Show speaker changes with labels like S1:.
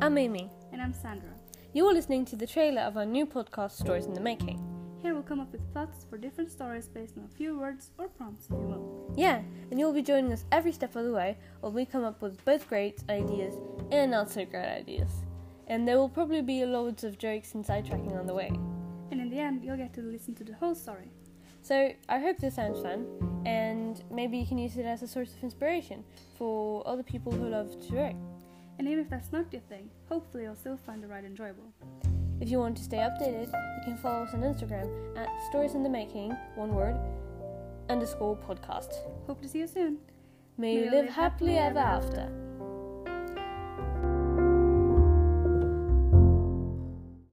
S1: I'm Amy.
S2: And I'm Sandra.
S1: You're listening to the trailer of our new podcast, Stories in the Making.
S2: Here we'll come up with plots for different stories based on a few words or prompts, if you will.
S1: Yeah, and you'll be joining us every step of the way while we come up with both great ideas and not so great ideas. And there will probably be loads of jokes and sidetracking on the way.
S2: And in the end, you'll get to listen to the whole story.
S1: So I hope this sounds fun, and maybe you can use it as a source of inspiration for other people who love to write.
S2: And even if that's not your thing, hopefully you'll still find the ride enjoyable.
S1: If you want to stay updated, you can follow us on Instagram at Stories in the Making, one word, underscore podcast.
S2: Hope to see you soon.
S1: May you live happily ever after.